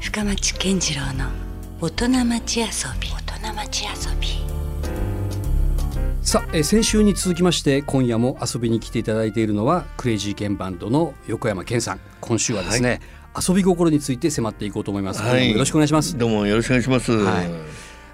深町健次郎の大人町遊び大人町遊びさあ、えー先週に続きまして今夜も遊びに来ていただいているのはクレイジーケンバンドの横山健さん今週はですね、遊び心について迫っていこうと思います、今夜もよろしくお願いしますどうもよろしくお願いします。はい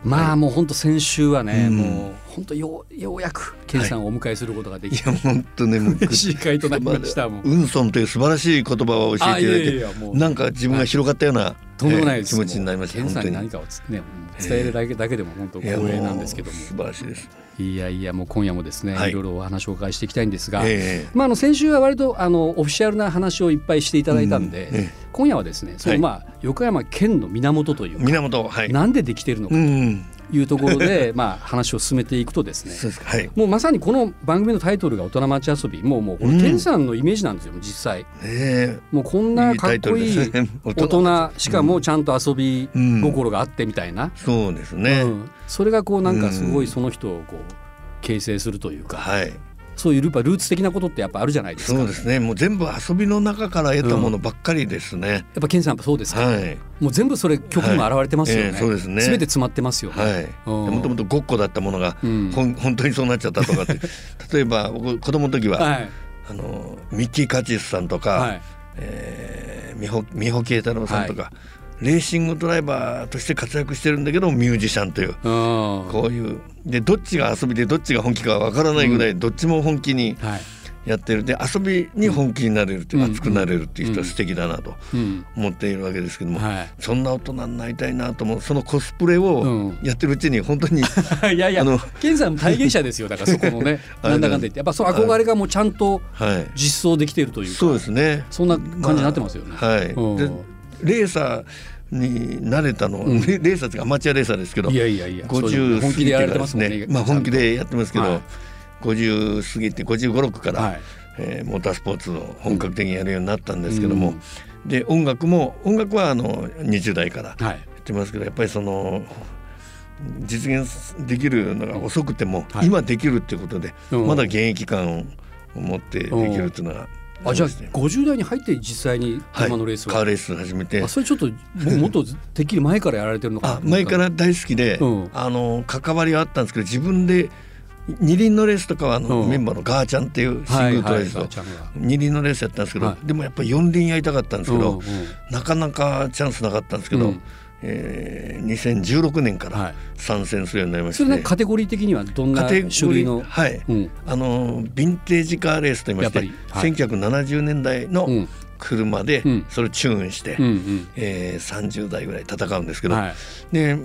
まあもう本当先週はね、もう本当ようようやく健さんをお迎えすることができ た、や本当ねもう嬉しい会となりましたもん運送という素晴らしい言葉を教えあていただいいやいてやいやもうなんか自分が広がったような、とんでもないです、えー気持ちになりました健さん本当に何にかをつ、ね、伝えるだけだけでも本当光栄なんですけどもいやう素晴らしいです、いやいやもう今夜もですね、はいい、ろいろお話をお伺いしていきたいんですが、ええまあ、あの先週は割とあのオフィシャルな話をいっぱいしていただいたんで、うんええ今夜はですねその、はいまあ、横山県の源というか、源はいなんでできているのかうんというところ で、まあ、話を進めていくとですねそうですかはい、もうまさにこの番組のタイトルが「大人町遊び」もうもうこれうん健さんのイメージなんですよ実際えもうこんなかっこいいいいタイトルですね大大人人しかもちゃんと遊び心があってみたいな、えそうですね、うんそれがこうなんかすごういんその人をこう形成するというか、はいそういうルーパルーツ的なことってやっぱあるじゃないですかそうやっですねもう全部遊びの中から得たものばっかりですね、ぱ健さんやっぱそうですか、はいもう全部それ曲にも表れてますよね。はいええそうですねべて詰まってますよね。はい、うんもともとごっこだったものが、うんほん本当にそうなっちゃったとかって 例えば僕子供の時は、はい。あのミッキー・カチスさんとか、はい。えー、美穂美穂慶太郎さんとか、レーシングドライバーとして活躍してるんだけどミュージシャンといううん。こういうでどっちが遊びでどっちが本気かわからないぐらい、どっちも本気にはい。やってるで遊びに本気になれるっていう、うん熱くなれるっていう人は素敵だなとうん。思っているわけですけども。はそんな大人になりたいなと思うそのコスプレうをんやってるうちに本当 に、い。いやいやあの、健さんも体現者ですよ。だからそこのね、 あれなだんだかんだ言って、やっぱその憧れがもうちゃんとはい実装できているというか。そうですねそんな感じになってますよね。はい、うんでレーサーになれたのは、うんレレーサーっていうかアマチュアレーサーですけどいやいやいや。 50そういう本気でやられてますもん過ぎね。てからですまあ本気でやってますけど、はい50過ぎて556から、はいえーモータースポーツを本格的にやるようになったんですけども、うんで音楽も音楽はあの20代からちゃんと。やはい。ってますけどやっぱりその実現できるのが遅くても、はい今できるっていうことで、うんまだ現役感を持ってできるっていうのがあ、じゃありまして、 50代に入って実際にはい、今のレースを。カーレース始めてあ、それちょっと、僕 もっとてっきり前からやられてるのかなあと思っ前た。から大好きで、うんあの関わりはあったんですけど自分で二輪のレースとかはあの、うんメンバーのガーちゃんっていうシはいングルトレースはいガーとちゃんが二輪のレースやったんですけど、はでもやっぱり四輪やりたかったんですけど、うんうんなかなかチャンスなかったんですけど、うんえー、2016年かはらい参戦するようになりましそて、れなんかカテゴリー的にはどんなカテゴ種リ類ーのはい、うんあのヴィンテージカーレースといいまして、やっぱりはい1970年代のうん車でうんそれをチューンして、うんうんえー、30代ぐらい戦うんですけど、はいで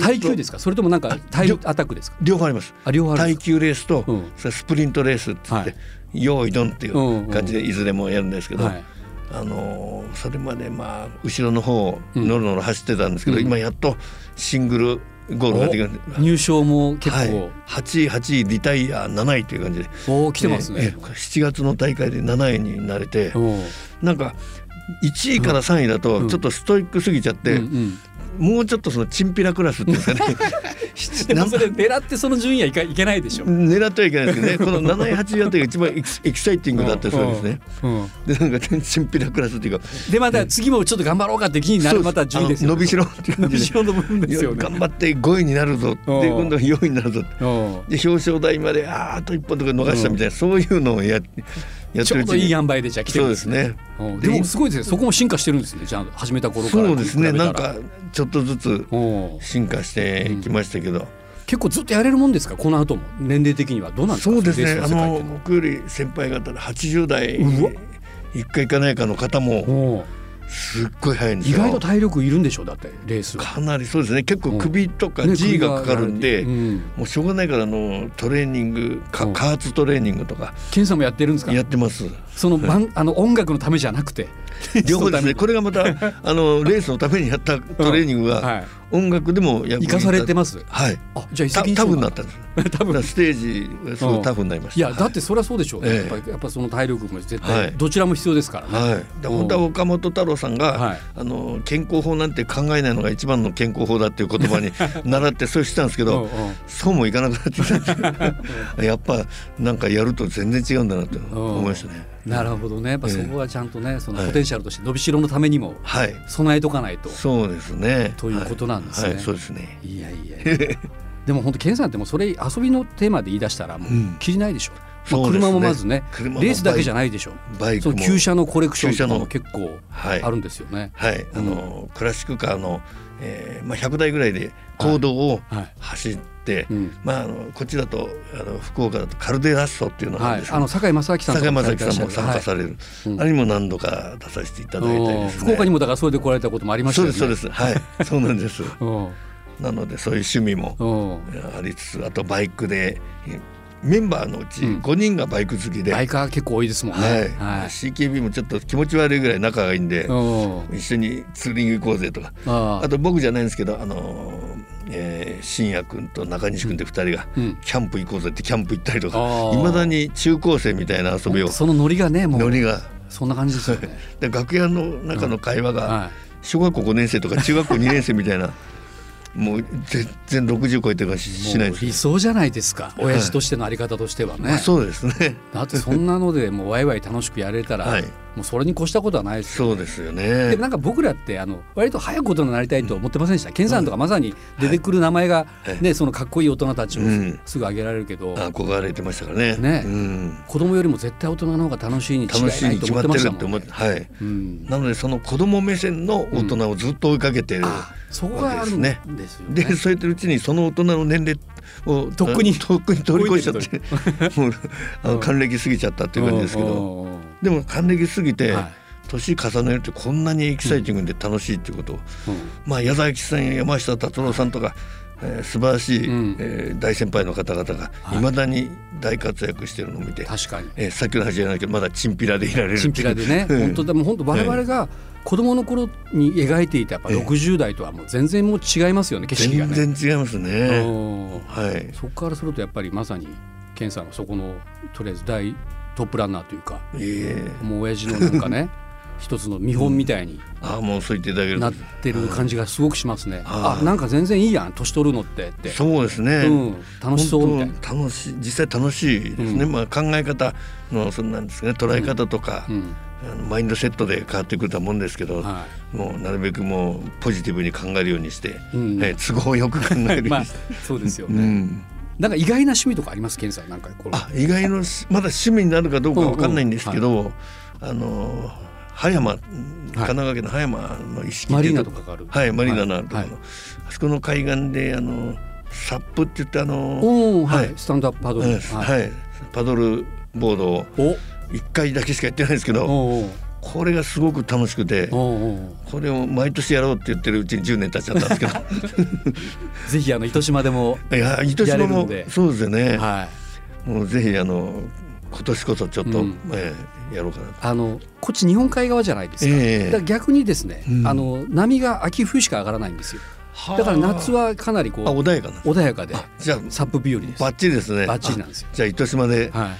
耐久ですかそれともなんか耐両アタックですか両方ありますあ両方あるん耐です久レースと、うんそれスプリントレースって言って、はい用意ドンっていうんうんう感じでいずれもやるんですけど、はいあのーそれまでまあ後ろの方をのろのろ走ってたんですけど、今やっとシングルゴールができるんでお入賞も結はい構、、 8位8位リタイア7位という感じでおー来てますえねえ7月の大会で7位になれておーなんか1位から3位だとちょっとストイックすぎちゃっうて、んうんもうちょっとそのチンピラクラスっていうん ですかねでもそれ狙ってその順位はいかいけないでしょ狙ってはいけないです けどねこの7位8位あたりが一番エキエキサイティングだったりするんですね。うんうんでなんかチンピラクラスっていうかでまた次もちょっと頑張ろうかって気になそうるですまた順位ですあのよ伸びしろってい伸う感びじしでろの部分ですよね頑張って5位になるぞでうん今度は4位になるうぞんで表彰台まであーあと一歩とか逃したみたいな、そういうのをややってちょるううちどいいに塩梅でじゃあ来てそうまですすねねうんでもすごいですねそこも進化してるんですねじゃあ始めた頃からそうです比ねべたならんかちょっとずつうん進化していきましたけど、結構ずっとやれるもんですかこの後も年齢的にはどうなんですかそうですねレあースの世界っていのうのは僕より先輩方で80代うわ一回行かないかの方もおうすっごい早いんです意よ外と体力いるんでしょうだってレースはかなりそうですね結構首とかね G がかかるんで、うんもうしょうがないからあのトレーニングうかん加圧トレーニングとかケンさんもやってるんですかやってます その番あの音楽のためじゃなくて両方ですねこれれがまた あのレースのためにやったトレーニングはがい音楽でも役に立生かされてますはいあじゃあ一た石二多鳥分だな ったんです多だか分らステージすごいタフになりましたいやだってそれはそうでしょう、ねええやっぱりやっぱその体力も絶は対いどちらも必要ですからね、はい、で本当は岡本太郎さんが、はいあの健康法なんて考えないのが一番の健康法だっていう言 葉に習ってそうしてたんですけど、うんうんそうもいかなくなってきたんです よやっぱなんかやると全然違うんだなって思いましたね。なるほどねやっぱええそこはちゃんとねそのはいポテンシャルとして伸びしろのためにもはい、備えとかないと、そうですね。ということなんですねはいはいそうですね。い、やいやいやでも本当ケンさんってもうそれ遊びのテーマで言い出したらもう切りないでしょ、そうまあ、ですね車もまずね車もレースだけじゃないでしょバイそクのも旧車のコレクションとかも旧結構はいあるんですよね、はい、あの、クラシックカーの、えーまあ、100台ぐらいで公道をはいはい走って、うんまあ、あのこっちだとあの福岡だとカルデラッソっていうのがあはるいんです、けあどの坂井正明さんと坂か井も正樹さんも参は加いされる、うんあれにも何度か出させていただいたりですね福岡にもだからそれで来られたこともありましたそうよでねすそうですはいそうなんですうんなのでそういう趣味もうんありつつあとバイクでえメンバーのうちうん5人がバイク好きで、バイカー結構多いですもんねはいはい CKB もちょっと気持ち悪いぐらい仲がいいんで、うん一緒にツーリング行こうぜとかああと僕じゃないんですけどあのーえー信也君と中西君で2人がうんキャンプ行こうぜってキャンプ行ったりとかあーいまだに中高生みたいな遊びをそのノリがねもうノリがそんな感じですよね、で楽屋の中の会は話が小学校5年生 とか中学校2年生みたいなもう全然60超えてるからしい、しないもでうす、理想じゃないですか親父としてのあり方としてはね、まあそうですねだってそんなのでもうワイワイ楽しくやれたら、はいもうそれに越したことはないですよそうですよでもねなんか僕らってあの割と早く大人になりたいと思ってませんでした、ケンさんとかまさに出てくる名前が、ねそのかっこいい大人たちをうんすぐ挙げられるけど、憧れてましたからねねうん、子供よりも絶対大人の方が楽しいに違い楽しいなにいと決思まっっまててしたるっもんて思って、はい、うん、なのでその子供目線の大人をずっと追いかけてる、そこがあるんですよね。でそうやってるうちにその大人の年齢をとっくにあとっくに通り越しちゃってもうあの還暦過ぎちゃったっていう感じですけうどんうんうんでも還暦過ぎてはい年重ねるってこんなにエキサイティングで楽しいっていうことを、まあ矢沢永吉さんや山下達郎さんとか、えー素晴らしい、うんえー大先輩の方々がいまだに大活躍してるのを見て、確かにえーさっきの話じゃないけどまだチンピラでいられるっていうチンピラでね、うん本当でも本当我々が子供の頃に描いていたやっぱええ60代とはもう全然もう違いますよね景色が全ね。然違いますね。うんはいそこからするとやっぱりまさに健さんはそこのとりあえず大トップランナーというかいえもう親父のなんか ね一つの見本みたいにああもうそう言っていただけるなとってる感じがすごくしますね。あはいなんか全然いいやん年取るのってって、そうですね、うん、楽しそうみたいな。本当楽しい実際楽しいですね、まあ考え方のそんなんですね捉え方とか、うんあのマインドセットで変わってくるとは思うんですけど、はもうなるべくもうポジティブに考えるようにして、うんえー都合よく考 えるよう まあにして、そうですようね。ん、なんか意外な趣味とかあります健さんなんかこのあ意外のしまだ趣味になるかどうかわかんないんですけど、あのー葉山、神奈川県の葉山の意識マリーナとかがある。はいマリーナのあるところはいの、あそこの海岸であのサップって言ってあのおお、はいは、いスタンドアップパドル。うんはい、パドルボードをお、 1回だけしかやってないんですけどおうこれがすごく楽しくておう、おうおうこれを毎年やろうって言ってるうちに10年経っちゃったんですぜひあの糸島でも。 けどいや糸やれ島るんもでそうですよね、はい。もうぜひあの今年こそちょっと、うんええやろうかなとあの、こっち日本海側じゃないですか。ええだから逆にですね、うんあの波が秋冬しか上がらないんですよ。だから夏はかなりこあう穏やかな穏やかでじゃあサップ日和です。バッチリですねバッチリなんですよあじゃあ糸島では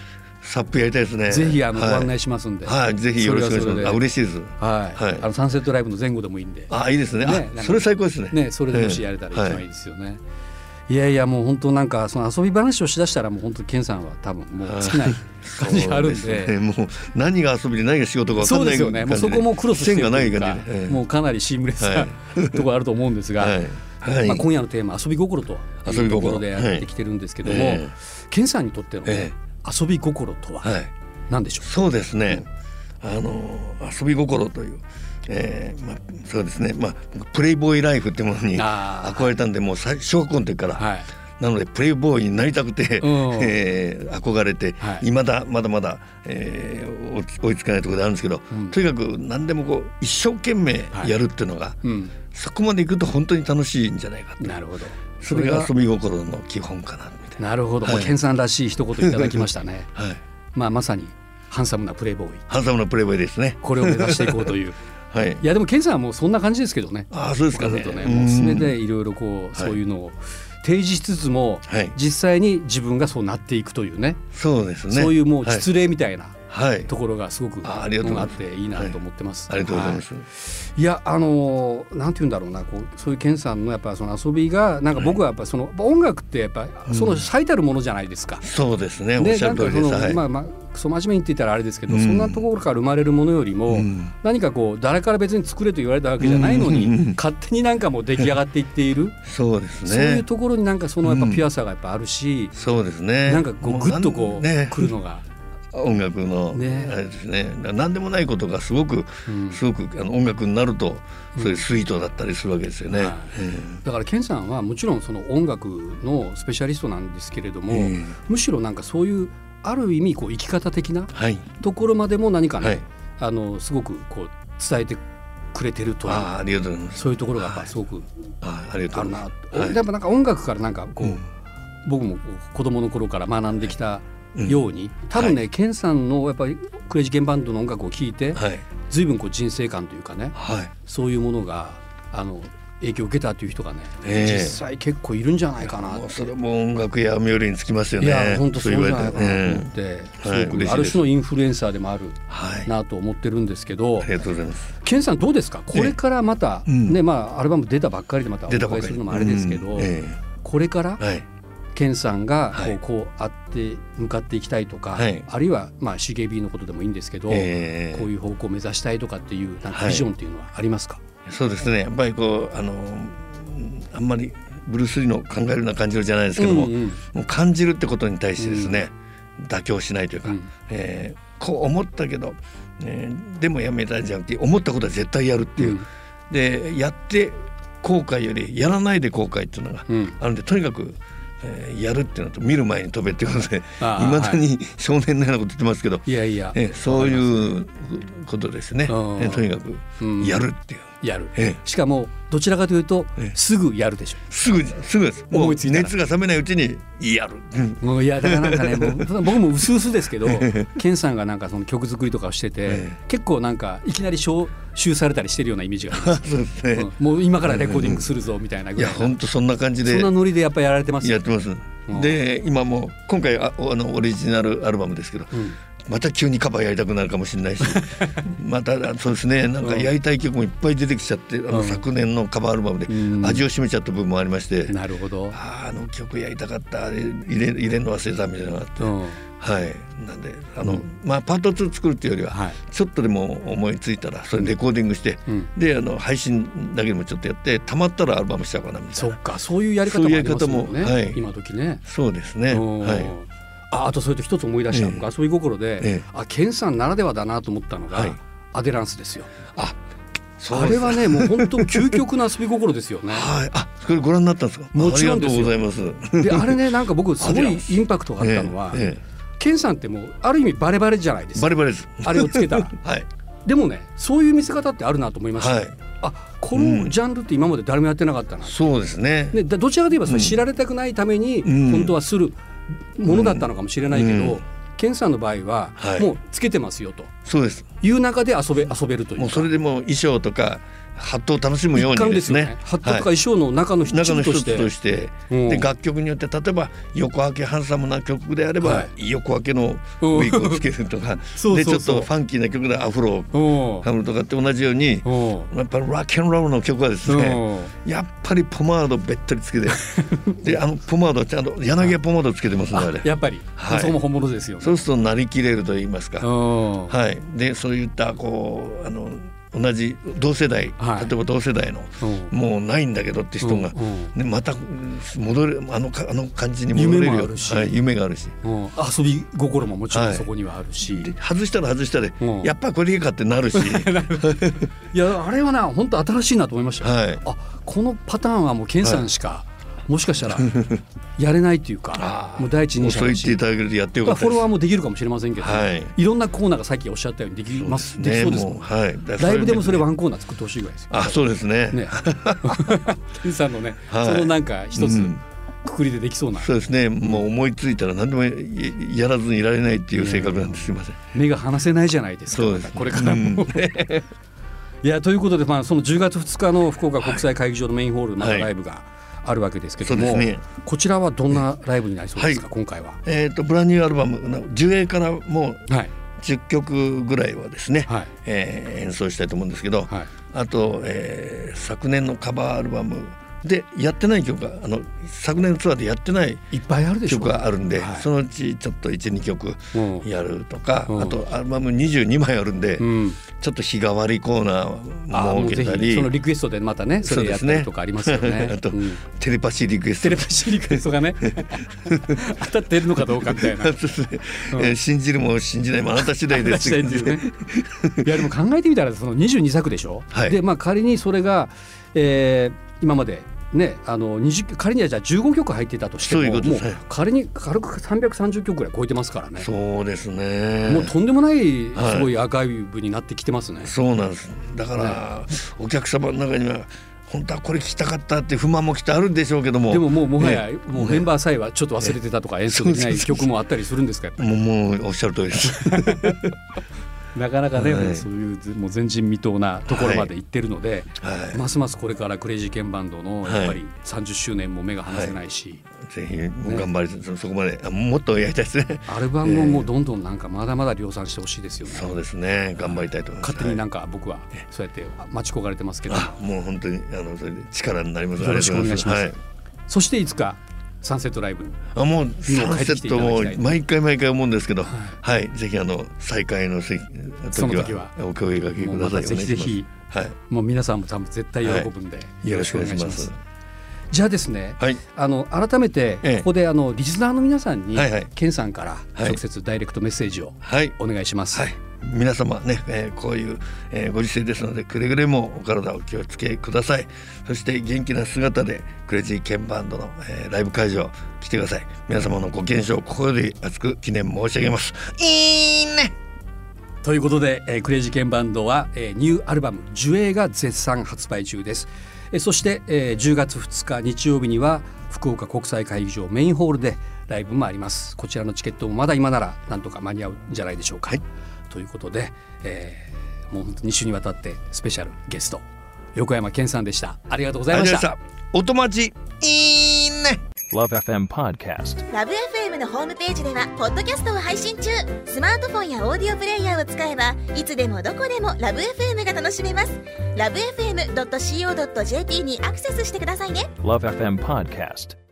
サップやりたいですねい。ぜひあのごはい案内しますんで。はい、ぜひよろしくお願いしそれはそれまですあ嬉しいですはい。はいあのサンセットライブの前後でもいいんで。あいいですねねあなんかそれ最高ですねね、それでもしやれたら一番いいですよね。いやいやもう本当なんかその遊び話をしだしたらもう本当健さんは多分もう尽きない感じがあるんでそうすねもう何が遊びで何が仕事か分かそうんなでいすよね。もうそこもクロスして線るがとないいう感かじで、ええもうかなりシームレスな、はところあると思うんですが、はいはいまあ今夜のテーマ遊び心と遊いうびと心ころでやってきてるんですけども、はいええケンさんにとってのええ遊び心とははい何でしょそうですね、あの遊び心という、えーまあ、そうですね、まあ、プレイボーイライフってものにあー憧れたんでもう最小学校の時から、う。はい。なのでプレイボーイになりたくて、うんえー憧れて、はい未だまだまだ、えー追いつ追いつかないところであるんですけど、うんとにかく何でもこう一生懸命やるっていうのが、うん。そこまでいくと本当に楽しいんじゃないかってなるほど。それが遊び心の基本かなみたいな。なるほど。もうはいケンさんらしい一言いただきました ね。はい、まあまさにハンサムなプレイボーイ。ハンサムなプレイボーイですね。これを目指していこうと いう。はいい。やでもケンさんはもうそんな感じですけどね。ああそうですかずね。っとね、うんもうすねでいろいろこう、そういうのを提示しつつも、はい実際に自分がそうなっていくというねそうですねそういうもうはい失礼みたいなはいところがすごく、あありがとうございますっていいなと思ってます。ありがとうございます、いやあのーなんて言うんだろうなこうそういう健さんのやっぱその遊びがなんか僕はやっぱその、やっぱ音楽ってやっぱその最たるものじゃないですか。そうですねおっでしゃなるんか通りそですの、はい、まあまあクソ真面目にって言ったらあれですけど、うんそんなところから生まれるものよりも、うん何かこう誰から別に作れと言われたわけじゃないのに、うんうんうん勝手になんかもう出来上がっていっている、そうですねそういうところになんかそのやっぱうんピュアさがやっぱあるし、そうですねなんかこうもグッとこう、なんねくるのが、音楽のねあれですねな何でもないことがすごくうんすごくあの音楽になるとそういうスイートだったりするわけですよね。はいだから健さんはもちろんその音楽のスペシャリストなんですけれども、うんうんむしろなんかそういうある意味こう生き方的なはいところまでも何かね、はいあのすごくこう伝えてくれてるというあーありがとうございます。そういうところがやっはぱいすごくあーありがとあうるございなと、はいやっぱなんか音楽からなんかこう、うん僕もこう子供の頃から学んできたうんように、多分ね、健さんのやっぱりクレイジーケンバンドの音楽を聴いて、ます。はい随分こう人生観というかねはいそういうものがあの影響を受けたという人がね、ええ実際結構いるんじゃないかなもうってそれも音楽や冥利につきますよいね。や本当そうじゃ言ないわれかなとたら思っうんて、すはいご嬉くしいあるです種のインフルエンサーでもあるはいなと思ってるんですけど、ありがとうございます。ケンさんどうですかこれからまた、ええうんねまあ、アルバム出たばっかりでまたお出たば伺っいかするりのもあれですけど、うんえこれからえはいケンさんがこう,、はいこうあって向かっていきたいとか、はいあるいは、まあ、シゲビーのことでもいいんですけど、ええこういう方向を目指したいとかっていうなんかはいビジョンっていうのはありますか、そうですねやっぱりこうあのうんあんまりブルース・リーの考えるような感じのじゃないですけども、うんうんもう感じるってことに対してですね、妥協しないというか、うんえーこう思ったけど、えーでもやめたんじゃなくて思ったことは絶対やるっていうう、んでやって後悔よりやらないで後悔っていうのがうんあるんで、とにかく、えーやるっていうのと見る前に飛べっていうことでいあーまだに少年のようなこと言ってますけど、いやいや、えーそういうことですね、えうんーとにかくうんやるっていう。やる、ええしかもどちらかというと、ええすぐやるでしょすぐすぐです。も思ういついたら熱が冷めないうちにやる。うんもういやだからなんか ねもう僕も薄々ですけどケンさんがなんかその曲作りとかをしてて、え結構なんかいきなり召集されたりしてるようなイメージがあり ます、そうですね。うんもう今からレコーディングするぞみたいないぐやらいな本当そんな感じそでんなノリでやっぱやられてますやってますうん。で今もう今回ああのオリジナルアルバムですけど、うんまた急にカバーやりたくなるかもし れないしまたそうですねなんかやりたい曲もいっぱい出てきちゃって、あうのん昨年のカバーアルバムでうん味を占めちゃった部分もありまして、なるほど、あーあの曲やりたかったあれ入れ入れるの忘れたみたいなのがあって、うんはいなんであの、まあパート2作るっていうよりは、はいちょっとでも思いついたらそれレコーディングして、うんであの配信だけでもちょっとやってたまったらアルバムしちゃおうかなみたいそなっかそういうやり方もありますもんそういねうやり方もはい今時ね。そうですねうんはいああとそれと一つ思い出した、ええ僕遊び心で、ええあケンさんならではだなと思ったのが、はいアデランスですよあそうあですれはねもう本当究極の遊び心ですよね。 はいあそれご覧になったんですかもちろんですよありがとうございますであれねなんか僕すごアデラいンスインパクトがあったのは、えケンさんってもうある意味バレバレじゃないでえすバかリバリですあれをつけ たらはいでもねそういう見せ方ってあるなと思いました、はいあこのジャンルって今まで誰もやってなかったな、そうですねでだどちらかといえばそれ知られたくないためにうん本当はするものだったのかもしれないけど、うんケンさんの場合ははいもうつけてますよとそうですいう中で遊べ遊べるというかもうそれでもう衣装とかハットを楽しむよう一環にでですすよねねハットとかはい衣装の中の一中のつと一しつてとして、うんで楽曲によって例えば横分けハンサムな曲であれば、は横分けのウィークをつけるとかそうそうそうでちょっとファンキーな曲でアフロをうんハムとかって同じようにうんやっぱりラックンロールの曲はですねやっぱりポマードべったりつ けてであのポマードちゃんと柳屋ポマードつけてますねあれやっぱり、はいそこも本物ですよね。そうするとなりきれると言いますうか、んはい、でそういったこうあの同じ同世代、はい例えば同世代の、うんもうないんだけどって人が、うんうんね、また戻れあのかあの感じに戻れる夢もよあるしはい、夢があるしうん遊び心ももちろはんいそこにはあるし、で外したら外したで、うんやっぱこれいいかって なるしいやあれはな本当新しいなと思いましたよ、はいあこのパターンはもうケンさんしか、もしかしたらやれないというか あーもう第一も人う者だそう言っていしただけるとやってよまかあったフォロですワーもできるかもしれませんけど、はいいろんなコーナーがさっきおっしゃったようにできますできそうですもんもうはいだからライブでもそれういうワンコーナー作ってほしいぐらいですよ。あそうですね ね、 ケンさんのね、はいそのなんか一つうんくくりでできそうな、そうですねもう思いついたら何でもややらずにいられないっていう性格なんですすいません目が離せないじゃないですか。そうですねこれからも。いやということで、まあ、その10月2日の福岡国際会議場のメインホールのはいライブがあるわけですけどそうでも、すねこちらはどんなライブになりそうですか、今回は。えー、とブランニューアルバムの樹影からもうはい10曲ぐらいはですね、はいえー演奏したいと思うんですけど、はいあと、えー昨年のカバーアルバムでやってない曲があの昨年のツアーでやってないいっぱいあるでしょう曲があるんで、はいそのうちちょっと12曲うんやるとか、うんあとアルバム22枚あるんで、うん、ちょっと日替わりコーナーあももう設ぜけたひりそのリクエストでまたねそれやったりと かありますよね あと、うんテレパシーリクエストテレパシーリクエストがね 当たってるのかどうかみたいなそうですね えー信じるも信じないもあなた次第で出す したいんですよねいやでも考えてみたらその22作でしょ、はいでまあ仮にそれが、えー今までねあの20仮にはじゃあ15曲入ってたとしてもそういうこともうですはい仮に軽く330曲ぐらい超えてますからねそうですねもうとんでもないはいすごいアーカイブになってきてますね、そうなんですだから、お客様の中には本当はこれ聞きたかったって不満もきっとあるんでしょうけどもでももうもはや、ねもうメンバーさえはちょっと忘れてたとか演奏できない曲もあったりするんですかやっぱりもうもうおっしゃる通りです なかなかね、はいそういうずもう前人未到なところまで行ってるので、はいますますこれからクレイジーケンバンドのやっぱり30周年も目が離せないし、ぜひもう頑張りつつ、そこまであもっとやりたいですねアルバムをもうどんどんなんかまだまだ量産してほしいですよね、そうですね頑張りたいと思います勝手になはいんか僕はそうやって待ち焦がれてますけど、あもう本当にあのそれで力になりますよろしくお願いしますありがとうござそしていつかサンセットライブにあもう帰サンセってきてッいただきトもたい毎回毎回思うんですけど、はい、ぜひあの再開の席その時時ははお声掛けくだもうまたさい。ぜひぜひお願いしもう皆さんも多分絶対喜ぶんで、はいよろしくお願いしますよろくお願いしじゃあですね、はいあの改めてええここであのリスナーの皆さんに、はいはいケンさんからはい直接ダイレクトメッセージをます。はい、お願いします。はい、皆様ね、えーこういう、えーご時世ですのでくれぐれもお体をお気をつけくださいそして元気な姿でクレイジーケンバンドの、えーライブ会場来てください皆様のご健勝心より熱く記念申し上げますいいねということで、えークレイジーケンバンドは、えーニューアルバム「樹影」が絶賛発売中です、えーそして、えー10月2日日曜日には福岡国際会議場メインホールでライブもありますこちらのチケットもまだ今ならなんとか間に合うんじゃないでしょうか、ということで、えーもう本当に2週にわたってスペシャルゲスト横山健さんでしたありがとうございましたありがとうございましたお友達いいね Love FM Podcast. ラブ f m のホームページではポッドキャストを配信中スマートフォンやオーディオプレイヤーを使えばいつでもどこでもラブ f m が楽しめますラブ FM.co.jp にアクセスしてくださいね Love FM Podcast.